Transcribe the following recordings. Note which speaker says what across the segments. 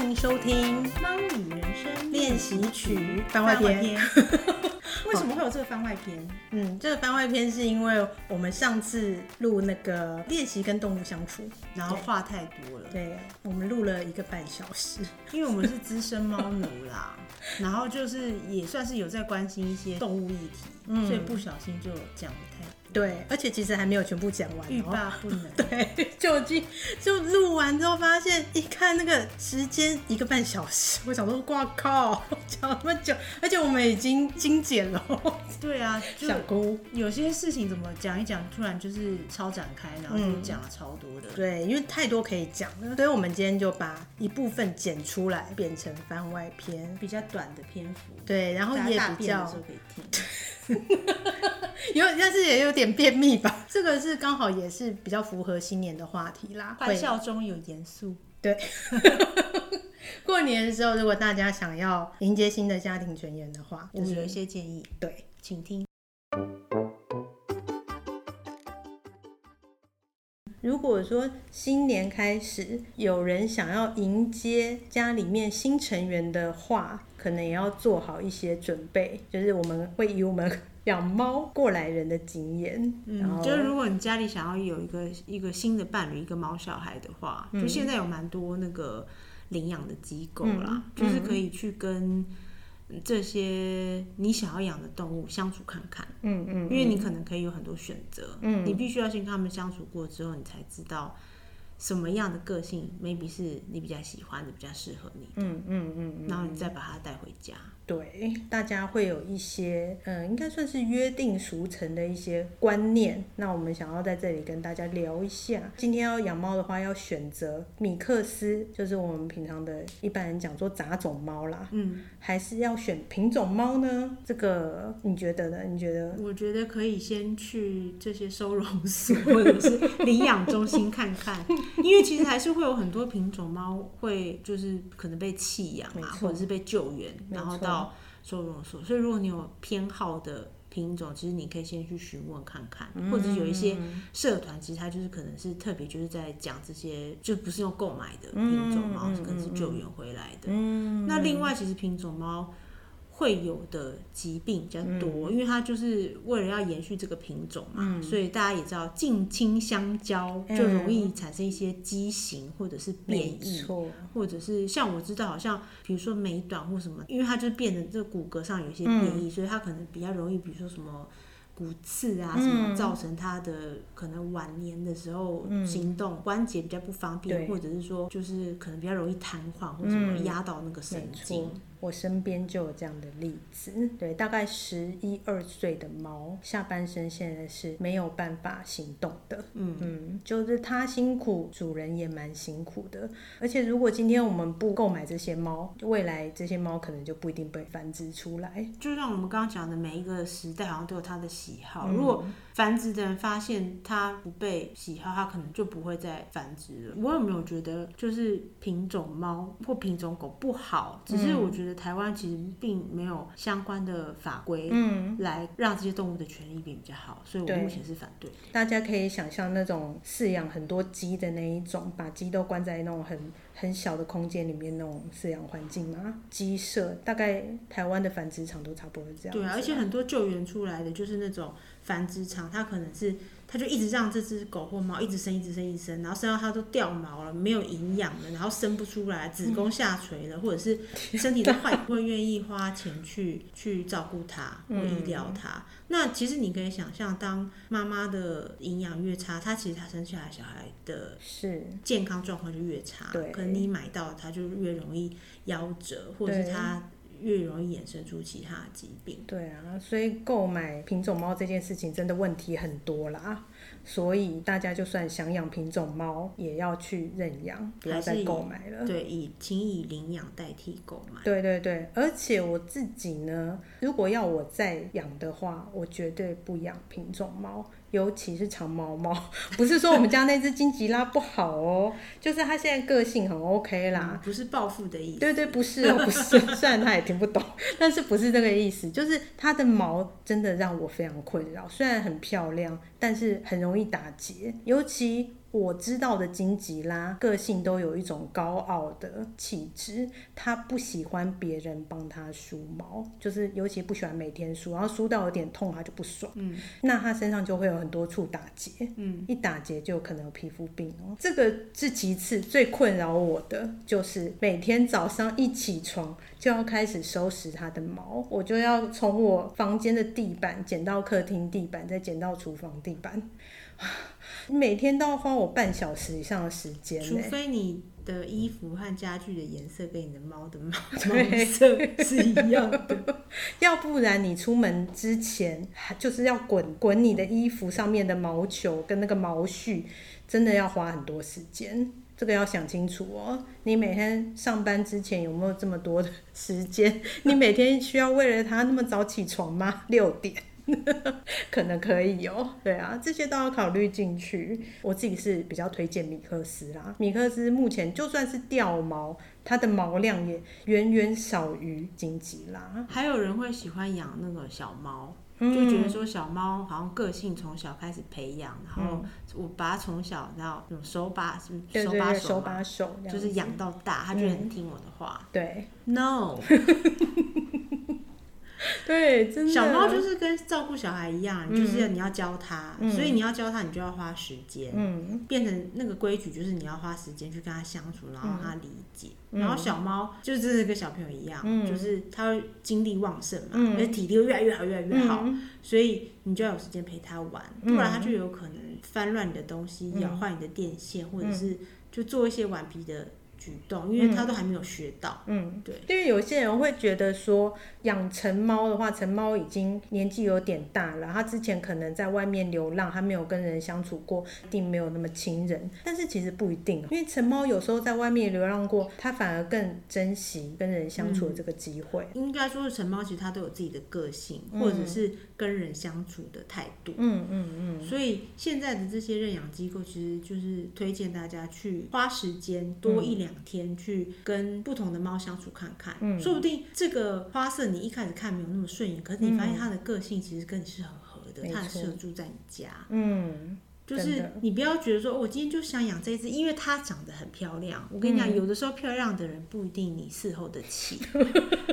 Speaker 1: 迎收听《
Speaker 2: 猫与人生
Speaker 1: 练习曲》番
Speaker 2: 番
Speaker 1: 外
Speaker 2: 外
Speaker 1: 篇。
Speaker 2: 篇。 为什么会有这个番外篇？
Speaker 1: 嗯，这个番外篇是因为我们上次录那个练习跟动物相处，
Speaker 2: 然后话太多了，
Speaker 1: 对我们录了一个半小时。
Speaker 2: 因为我们是资深猫奴 啦，然后就是也算是有在关心一些动物议题，
Speaker 1: 嗯
Speaker 2: 所以不小心就讲的太多，
Speaker 1: 对，而且其实还没有全部讲完、
Speaker 2: 欲
Speaker 1: 哦。
Speaker 2: 罢不能。
Speaker 1: 对，就已经就录完之后发现，一看那个时间一个半小时， 我想说，哇靠， 讲那么久，而且我们已经精简了，
Speaker 2: 对啊，就
Speaker 1: 想哭。
Speaker 2: 有些事情怎么讲一讲，突然就是超展开，然后就
Speaker 1: 嗯
Speaker 2: 讲了超多的。
Speaker 1: 对，因为太多可以讲了，所以我们今天就把一部分剪出来，变成番外篇。
Speaker 2: 比较短的篇幅，
Speaker 1: 对，然后
Speaker 2: 大
Speaker 1: 也
Speaker 2: 家大
Speaker 1: 比
Speaker 2: 便
Speaker 1: 较
Speaker 2: 的时候可以听。
Speaker 1: 有，但是也有点便秘吧。这个是刚好也是比较符合新年的话题啦。
Speaker 2: 欢笑中有严肃，
Speaker 1: 过年的时候，如果大家想要迎接新的家庭成员的话，我
Speaker 2: 我们
Speaker 1: 们
Speaker 2: 有一些建议，
Speaker 1: 对
Speaker 2: 请听。
Speaker 1: 如果说新年开始有人想要迎接家里面新成员的话，可能也要做好一些准备，就是我们会以我们 养猫过来人的经验，然
Speaker 2: 嗯，
Speaker 1: 后
Speaker 2: 就是如果你家里想要有一个一个新的伴侣，一个毛小孩的话，
Speaker 1: 嗯
Speaker 2: 就现在有蛮多那个领养的机构啦，
Speaker 1: 嗯
Speaker 2: 就是可以去跟这些你想要养的动物相处看看，
Speaker 1: 嗯嗯
Speaker 2: 因为你可能可以有很多选择，
Speaker 1: 嗯
Speaker 2: 你必须要先跟他们相处过之后，你才知道什么样的个性 maybe 是你比较喜欢的，比较适合你，
Speaker 1: 嗯嗯嗯嗯，
Speaker 2: 然后你再把它带回家。
Speaker 1: 对，大家会有一些嗯，应该算是约定俗成的一些观念。那我们想要在这里跟大家聊一下，今天要养猫的话，要选择米克斯，就是我们平常的一般人讲说杂种猫啦，
Speaker 2: 嗯，
Speaker 1: 还是要选品种猫呢？这个你觉得呢？你觉得？
Speaker 2: 我觉得可以先去这些收容所 或者是领养中心看看，因为其实还是会有很多品种猫会就是可能被弃养
Speaker 1: 没
Speaker 2: 啊，
Speaker 1: 错
Speaker 2: 或者是被救援，
Speaker 1: 没
Speaker 2: 然后
Speaker 1: 错
Speaker 2: 到收容所。所以如果你有偏好的品种，其实你可以先去询问看看，
Speaker 1: 嗯
Speaker 2: 或者是有一些社团，其实它就是可能是特别就是在讲这些，就不是用购买的品种猫，
Speaker 1: 嗯嗯
Speaker 2: 可能是救援回来的。
Speaker 1: 嗯
Speaker 2: 那另外，其实品种猫会有的疾病比较
Speaker 1: 嗯
Speaker 2: 多，因为它就是为了要延续这个品种嘛，所以大家也知道，近亲相交
Speaker 1: 嗯
Speaker 2: 就容易产生一些畸形或者是变
Speaker 1: 没
Speaker 2: 异。
Speaker 1: 错，
Speaker 2: 或者是像我知道，好像比如说美短或什么，因为它就变得这骨骼上有一些变异，
Speaker 1: 嗯
Speaker 2: 所以它可能比较容易，比如说什么骨刺啊什
Speaker 1: 嗯
Speaker 2: 么，造成它的可能晚年的时候行动、关节比较不方
Speaker 1: 嗯
Speaker 2: 便，
Speaker 1: 对
Speaker 2: 或者是说就是可能比较容易瘫痪或什么
Speaker 1: 嗯
Speaker 2: 压到那个神
Speaker 1: 没
Speaker 2: 经
Speaker 1: 错。，我身边就有这样的例子。嗯对，大概十一二岁的猫，下半身现在是没有办法行动的。
Speaker 2: 嗯
Speaker 1: 嗯，就是它辛苦，主人也蛮辛苦的。而且如果今天我们不购买这些猫，未来这些猫可能就不一定被繁殖出来。
Speaker 2: 就像我们刚刚讲的，每一个时代好像都有它的喜好。
Speaker 1: 嗯
Speaker 2: 如果繁殖的人发现它不被喜好，它可能就不会再繁殖了。我有没有觉得就是品种猫或品种狗不好？只是我觉得台湾其实并没有相关的法规
Speaker 1: 嗯，
Speaker 2: 来让这些动物的权益变比较好，所以我
Speaker 1: 对
Speaker 2: 目前是反对。
Speaker 1: 大家可以想象那种饲养很多鸡的那一种，把鸡都关在那种很很小的空间里面那种饲养环境吗？鸡舍大概台湾的繁殖场都差不多是这样子。
Speaker 2: 对啊，而且很多救援出来的就是那种繁殖场，它可能是它就一直让这只狗或猫一直生，一直生，一直生，然后生到它都掉毛了，没有营养了，然后生不出来，子
Speaker 1: 嗯
Speaker 2: 宫下垂了，或者是身体都坏，不会愿意花钱去去照顾 它或医
Speaker 1: 嗯
Speaker 2: 疗它。那其实你可以想象，当妈妈的营养越差，它其实它生下来小孩的
Speaker 1: 是
Speaker 2: 健康状况就越差，
Speaker 1: 对
Speaker 2: 可能你买到它就越容易夭折，或者是
Speaker 1: 对
Speaker 2: 它越容易衍生出其他的疾病。
Speaker 1: 对啊，所以购买品种猫这件事情真的问题很多啦，所以大家就算想养品种猫，也要去认养，不要
Speaker 2: 还是
Speaker 1: 再
Speaker 2: 以
Speaker 1: 购买了。
Speaker 2: 对，以请以领养代替购买。
Speaker 1: 对对对，而且我自己呢，如果要我再养的话，我绝对不养品种猫，尤其是长毛猫。不是说我们家那只金吉拉不好哦，就是它现在个性很 OK 啦，
Speaker 2: 嗯不是暴富的意思。
Speaker 1: 对对，不是哦，不是， 虽然他也听不懂，但是不是这个意思，就是它的毛真的让我非常困扰。虽然很漂亮，但是很容易打结，尤其我知道的金吉拉个性都有一种高傲的气质，他不喜欢别人帮他梳毛，就是尤其不喜欢每天梳，然后梳到有点痛他就不爽。嗯，那他身上就会有很多处打结，嗯，一打结就有可能有皮肤病哦。这个是其次，最困扰我的就是每天早上一起床就要开始收拾他的毛，我就要从我房间的地板剪到客厅地板，再剪到厨房地板。 每天都要花我半小时以上的时间、
Speaker 2: 除
Speaker 1: 欸，
Speaker 2: 非你的衣服和家具的颜色跟你的 猫的毛
Speaker 1: 对
Speaker 2: 毛色是一样的，
Speaker 1: 要不然你出门之前就是要滚滚你的衣服上面的毛球跟那个毛絮，真的要花很多时间。这个要想清楚哦，你每天上班之前有没有这么多的时间？ 你每天需要为了它那么早起床吗？六点。 可能可以哦，对啊，这些都要考虑进去。我自己是比较推荐米克斯啦，米克斯目前就算是掉毛，它的毛量也远远少于金吉拉。
Speaker 2: 还有人会喜欢养那个小猫。
Speaker 1: 嗯
Speaker 2: 就觉得说小猫好像个性从小开始培养，然后我把它从小然后那种手把手
Speaker 1: 嗯对对
Speaker 2: 把
Speaker 1: 对，手
Speaker 2: 手嘛
Speaker 1: 把手这样
Speaker 2: 就是
Speaker 1: 子嗯
Speaker 2: 养到大，它就很听我的话。
Speaker 1: 对哦
Speaker 2: No，
Speaker 1: 对，真的
Speaker 2: 小猫就是跟照顾小孩一样，就是要你要教它，
Speaker 1: 嗯
Speaker 2: 所以你要教它，你就要花时间。
Speaker 1: 嗯
Speaker 2: 变成那个规矩，就是你要花时间去跟它相处，然后让它理解。
Speaker 1: 嗯
Speaker 2: 然后小猫就真的跟小朋友一样，
Speaker 1: 嗯
Speaker 2: 就是它会精力旺盛嘛，
Speaker 1: 嗯
Speaker 2: 而且体力会越来越好，越来越好。
Speaker 1: 嗯
Speaker 2: 所以你就要有时间陪它玩，
Speaker 1: 嗯
Speaker 2: 不然它就有可能翻乱你的东西，
Speaker 1: 嗯
Speaker 2: 咬坏你的电线，或者是就做一些顽皮的举动，因为它都还没有学到。
Speaker 1: 嗯，
Speaker 2: 对，
Speaker 1: 因为有些人会觉得说养成猫的话，成猫已经年纪有点大了，它之前可能在外面流浪，它没有跟人相处过，一定没有那么亲人。但是其实不一定，哦因为成猫有时候在外面流浪过，它反而更珍惜跟人相
Speaker 2: 嗯
Speaker 1: 处的这个机会。
Speaker 2: 应该说，成猫其实它都有自己的个性，
Speaker 1: 嗯
Speaker 2: 或者是跟人相处的态度。
Speaker 1: 嗯嗯
Speaker 2: 所以现在的这些认养机构，其实就是推荐大家去花时间
Speaker 1: 嗯
Speaker 2: 多一两天去跟不同的猫相处看看，
Speaker 1: 嗯
Speaker 2: 说不定这个花色你一开始看没有那么顺眼，可是你发现它的个性其实跟你是很合的，
Speaker 1: 嗯没错
Speaker 2: 它很适合住在你家。
Speaker 1: 嗯嗯，
Speaker 2: 就
Speaker 1: 真
Speaker 2: 是
Speaker 1: 的
Speaker 2: 你不要觉得说，哦我今天就想养这只，因为它长得很漂亮。我跟
Speaker 1: 嗯
Speaker 2: 你讲，有的时候漂亮的人不一定你伺候得起。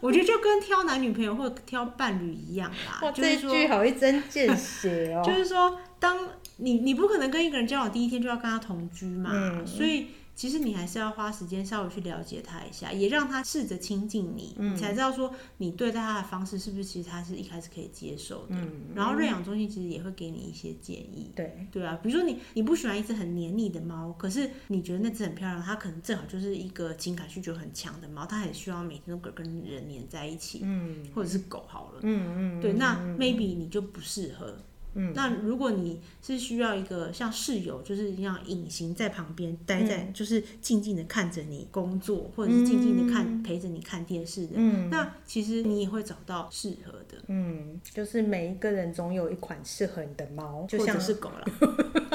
Speaker 2: 我觉得就跟挑男女朋友或挑伴侣一样啦，
Speaker 1: 哇，
Speaker 2: 啊就
Speaker 1: 这
Speaker 2: 是
Speaker 1: 一
Speaker 2: 说。
Speaker 1: 句好一针 见血哦。
Speaker 2: 就是说，当你你不可能跟一个人交往第一天就要跟他同居嘛，
Speaker 1: 嗯
Speaker 2: 所以其实你还是要花时间稍微去了解他一下，也让他试着亲近你，
Speaker 1: 嗯
Speaker 2: 你才知道说你对待他的方式是不是其实他是一开始可以接受的。
Speaker 1: 嗯，
Speaker 2: 然后认养中心其实也会给你一些建议。
Speaker 1: 对，
Speaker 2: 对啊，比如说你你不喜欢一只很黏腻的猫，可是你觉得那只很漂亮，它可能正好就是一个情感需求很强的猫，它很希望每天都跟跟人黏在一起，
Speaker 1: 嗯
Speaker 2: 或者是狗好了。
Speaker 1: 嗯嗯，
Speaker 2: 对，那 maybe 你就不适合。
Speaker 1: 嗯
Speaker 2: 那如果你是需要一个像室友，就是一样隐形在旁边待在，
Speaker 1: 嗯
Speaker 2: 就是静静的看着你工作，或者是静静的看、陪着你看电视的，
Speaker 1: 嗯
Speaker 2: 那其实你也会找到适合的，
Speaker 1: 嗯，就是每一个人总有一款适合你的猫，就
Speaker 2: 或
Speaker 1: 像
Speaker 2: 者是狗啦。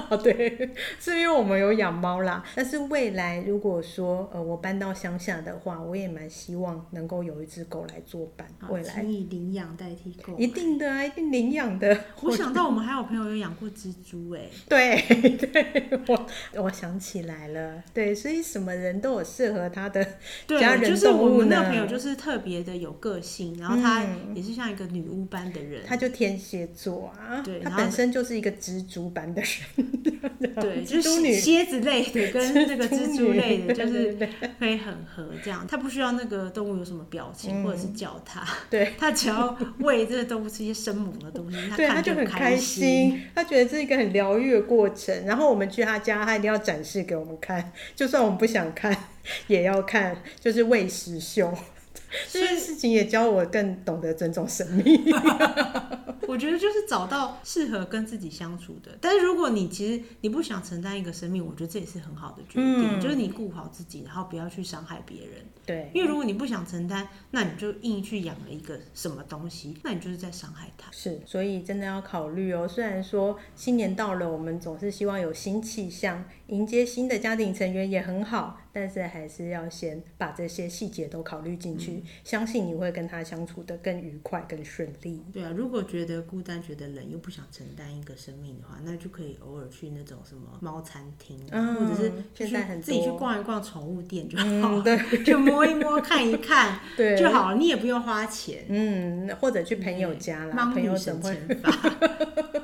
Speaker 1: 哦，对，是因为我们有养猫啦。但是未来如果说呃我搬到乡下的话，我也蛮希望能够有一只狗来作伴。
Speaker 2: 好
Speaker 1: 未来
Speaker 2: 请以啊领养代替购
Speaker 1: 一
Speaker 2: 买。
Speaker 1: 定的啊，一定领养的。
Speaker 2: 哦我想到我们还有朋友有养过蜘蛛、 欸，
Speaker 1: 对对，我我想起来了，对，所以什么人都有适合他的，家
Speaker 2: 对，
Speaker 1: 人
Speaker 2: 就是我
Speaker 1: 动物
Speaker 2: 们
Speaker 1: 呢嗯
Speaker 2: 那个朋友就是特别的有个性，然后她也是像一个女巫般的人，
Speaker 1: 他就天蝎座啊，
Speaker 2: 对
Speaker 1: 他
Speaker 2: 然后
Speaker 1: 本身就是一个蜘蛛般的人，
Speaker 2: 对，就
Speaker 1: 蜘
Speaker 2: 是
Speaker 1: 蛛女
Speaker 2: 蝎蝎子类 的跟那个蜘蛛类的，
Speaker 1: 对
Speaker 2: 就
Speaker 1: 对
Speaker 2: 是可以很合这样。它不需要那个动物有什么表情，
Speaker 1: 嗯
Speaker 2: 或者是叫它，
Speaker 1: 对，
Speaker 2: 它只要喂这个动物吃一些生猛的 东西，它
Speaker 1: 对，
Speaker 2: 看
Speaker 1: 他
Speaker 2: 着
Speaker 1: 就很
Speaker 2: 开
Speaker 1: 开。心，他觉得这是一个很疗愈的过程。然后我们去他家，他一定要展示给我们看，就算我们不想看，也要看，就是喂食秀。
Speaker 2: 所
Speaker 1: 这
Speaker 2: 以
Speaker 1: 件事情也教我更懂得尊重生 命。
Speaker 2: 我觉得就是找到适合跟自己相处的。但是如果你其实你不想承担一个生命，我觉得这也是很好的决定，
Speaker 1: 嗯
Speaker 2: 就是你顾好自己，然后不要去伤害别人。
Speaker 1: 对，
Speaker 2: 因为如果你不想承担，那你就硬去养了一个什么东西，那你就是在伤害它。
Speaker 1: 是，所以真的要考虑哦。虽然说新年到了，我们总是希望有新气象，迎接新的家庭成员也很好，但是还是要先把这些细节都考虑进
Speaker 2: 嗯
Speaker 1: 去，相信你会跟他相处的更愉快、更顺利。
Speaker 2: 对啊，如果觉得孤单、觉得冷，又不想承担一个生命的话，那就可以偶尔去那种什么猫餐厅啊，
Speaker 1: 嗯
Speaker 2: 或者是就
Speaker 1: 现在很多
Speaker 2: 是自己去逛一逛宠物店就好
Speaker 1: 嗯，
Speaker 2: 了，
Speaker 1: 对
Speaker 2: 就摸一摸、看一看
Speaker 1: 对，
Speaker 2: 就好了，你也不用花钱。
Speaker 1: 嗯，或者去朋友家啦，
Speaker 2: 盲
Speaker 1: 朋
Speaker 2: 女
Speaker 1: 友怎
Speaker 2: 省
Speaker 1: 么会？
Speaker 2: 钱法，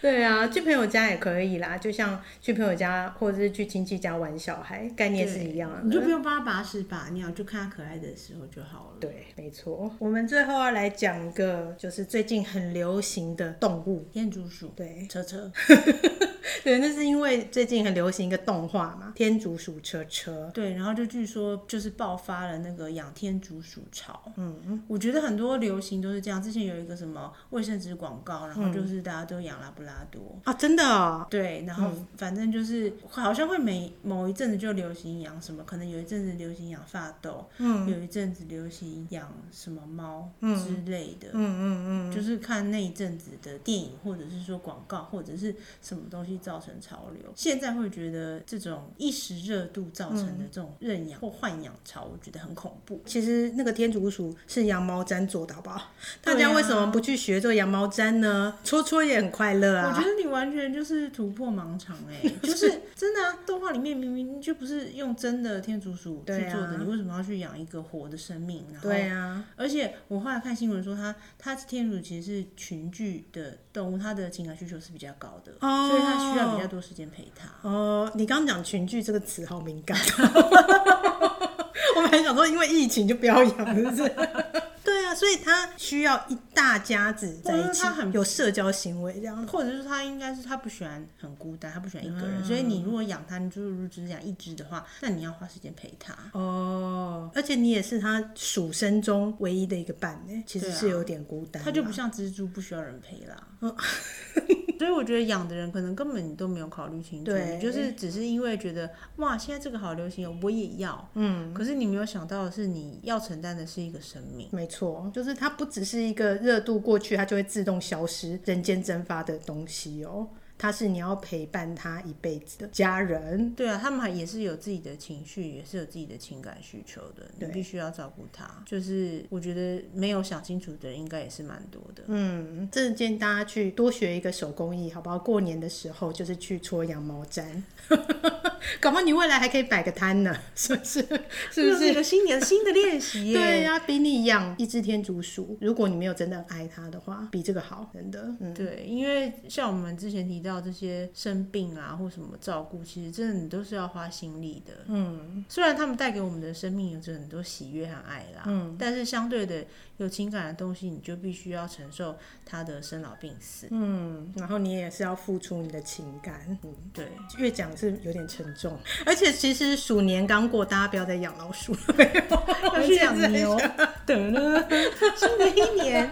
Speaker 1: 对啊，去朋友家也可以啦，就像去朋友家或者是去亲戚家玩小孩，概念是一样的。
Speaker 2: 你就不用帮他把屎把尿，就看他可爱的时候就好了。
Speaker 1: 对，没错。我们最后要来讲一个，就是最近很流行的动物。
Speaker 2: 天竺鼠、
Speaker 1: 对，
Speaker 2: 车车，
Speaker 1: 对，那是因为最近很流行一个动画嘛，《天竺鼠车车》。
Speaker 2: 对，然后就据说就是爆发了那个养天竺鼠潮。
Speaker 1: 嗯，
Speaker 2: 我觉得很多流行都是这样。之前有一个什么卫生纸广告，然后
Speaker 1: 嗯
Speaker 2: 就是大家都养拉布拉多。
Speaker 1: 啊，真的哦。
Speaker 2: 对，然后反正就是好像会每某一阵子就流行养什么，可能有一阵子流行养发豆，
Speaker 1: 嗯
Speaker 2: 有一阵子流行养什么猫
Speaker 1: 嗯
Speaker 2: 之类的，
Speaker 1: 嗯嗯嗯，
Speaker 2: 就是看那一阵子的电影或者是说广告或者是什么东西造成潮流。现在会觉得这种一时热度造成
Speaker 1: 嗯
Speaker 2: 的这种认养或豢养潮，我觉得很恐怖。
Speaker 1: 其实那个天竺鼠是羊毛毡做的，好不好？大
Speaker 2: 对
Speaker 1: 家
Speaker 2: 啊
Speaker 1: 为什么不去学做羊毛毡呢？戳戳也很快乐
Speaker 2: 我
Speaker 1: 啊
Speaker 2: 觉。得你完全就是突破盲肠哎、 就是真的啊！动画里面明明就不是用真的天竺鼠去
Speaker 1: 对啊
Speaker 2: 做的，你为什么要去养一个活的生命？然后，
Speaker 1: 对啊，
Speaker 2: 而且我后来看新闻说它，它天竺鼠其实是群居的动物，它的情感需求是比较高的，
Speaker 1: 哦
Speaker 2: 所以它需要比较多时间陪它。
Speaker 1: 哦，你刚刚讲群聚这个词好敏感， 我们还想说因为疫情就不要养，是不是？对啊，所以它需要一大家子在一
Speaker 2: 或者是
Speaker 1: 起
Speaker 2: 啊它，很
Speaker 1: 有社交行为这样。
Speaker 2: 或者是它应该是它不喜欢很孤单，它不喜欢一个人，
Speaker 1: 嗯
Speaker 2: 所以你如果养它，你就是如果只养一只的话，那你要花时间陪它。
Speaker 1: 哦，而且你也是它属生中唯一的一个伴呢，其实
Speaker 2: 对啊
Speaker 1: 是有点孤单啦。
Speaker 2: 它就不像蜘蛛不需要人陪啦。
Speaker 1: 嗯
Speaker 2: 所以我觉得养的人可能根本都没有考虑清楚，
Speaker 1: 对
Speaker 2: 你就是只是因为觉得哇，现在这个好流行哦，我也要。嗯，可是你没有想到的是，你要承担的是一个生命。
Speaker 1: 没错，就是它不只是一个热度过去，它就会自动消失、人间蒸发的东西哦。它是你要陪伴它一辈子的家人，
Speaker 2: 对啊，他们还也是有自己的情绪，也是有自己的情感需求的，你
Speaker 1: 对
Speaker 2: 必须要照顾他。就是我觉得没有想清楚的人，应该也是蛮多的。
Speaker 1: 嗯，这建议大家去多学一个手工艺，好不好？过年的时候就是去搓羊毛毡， 搞不好你未来还可以摆个摊呢， 是不是？是
Speaker 2: 这
Speaker 1: 不
Speaker 2: 一
Speaker 1: 是？
Speaker 2: 个新年新的练习耶？
Speaker 1: 对呀、比你养一只天竺鼠，如果你没有真的爱它的话，比这个好，真的。嗯，
Speaker 2: 对，因为像我们之前提到这些生病啊或什么照顾，其实真的你都是要花心力的。嗯，虽然他们带给我们的生命有着很多喜悦和爱啦，嗯，但是相对的有情感的东西，你就必须要承受他的生老病死。
Speaker 1: 嗯然后你也是要付出你的情感。嗯，
Speaker 2: 对，
Speaker 1: 越讲是有点沉重，而且其实鼠年刚过，大家不要再养老鼠，
Speaker 2: 要去养牛， 得了， 新的一年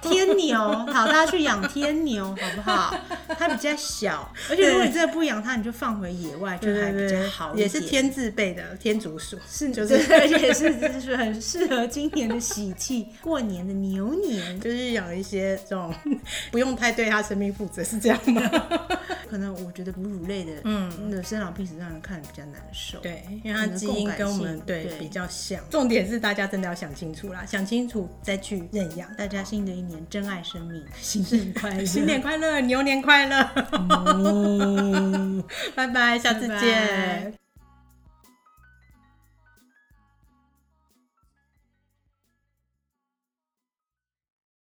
Speaker 2: 天牛，好，大家去养天牛好不好？它比较小，而且如果你真的不养它，你就放回野外，就还比较好一
Speaker 1: 也是
Speaker 2: 点
Speaker 1: 天字辈的天竺鼠，
Speaker 2: 是，
Speaker 1: 就
Speaker 2: 就是是，而且是就是很适合今年的喜气，过年的牛年。
Speaker 1: 就是养一些这种 不用太对它生命负责，是这样吗？
Speaker 2: 可能我觉得哺乳类的，嗯，的生老病死让人看得比较难受。，
Speaker 1: 对，因为它基因跟我们对
Speaker 2: 对
Speaker 1: 比较像。重点是大家真的要想清楚啦，想清楚再去认 养。
Speaker 2: 大家新的一年珍爱生命，新年快乐，
Speaker 1: 新年快乐，牛年快乐，
Speaker 2: 嗯
Speaker 1: 拜拜，下次见。
Speaker 2: 拜拜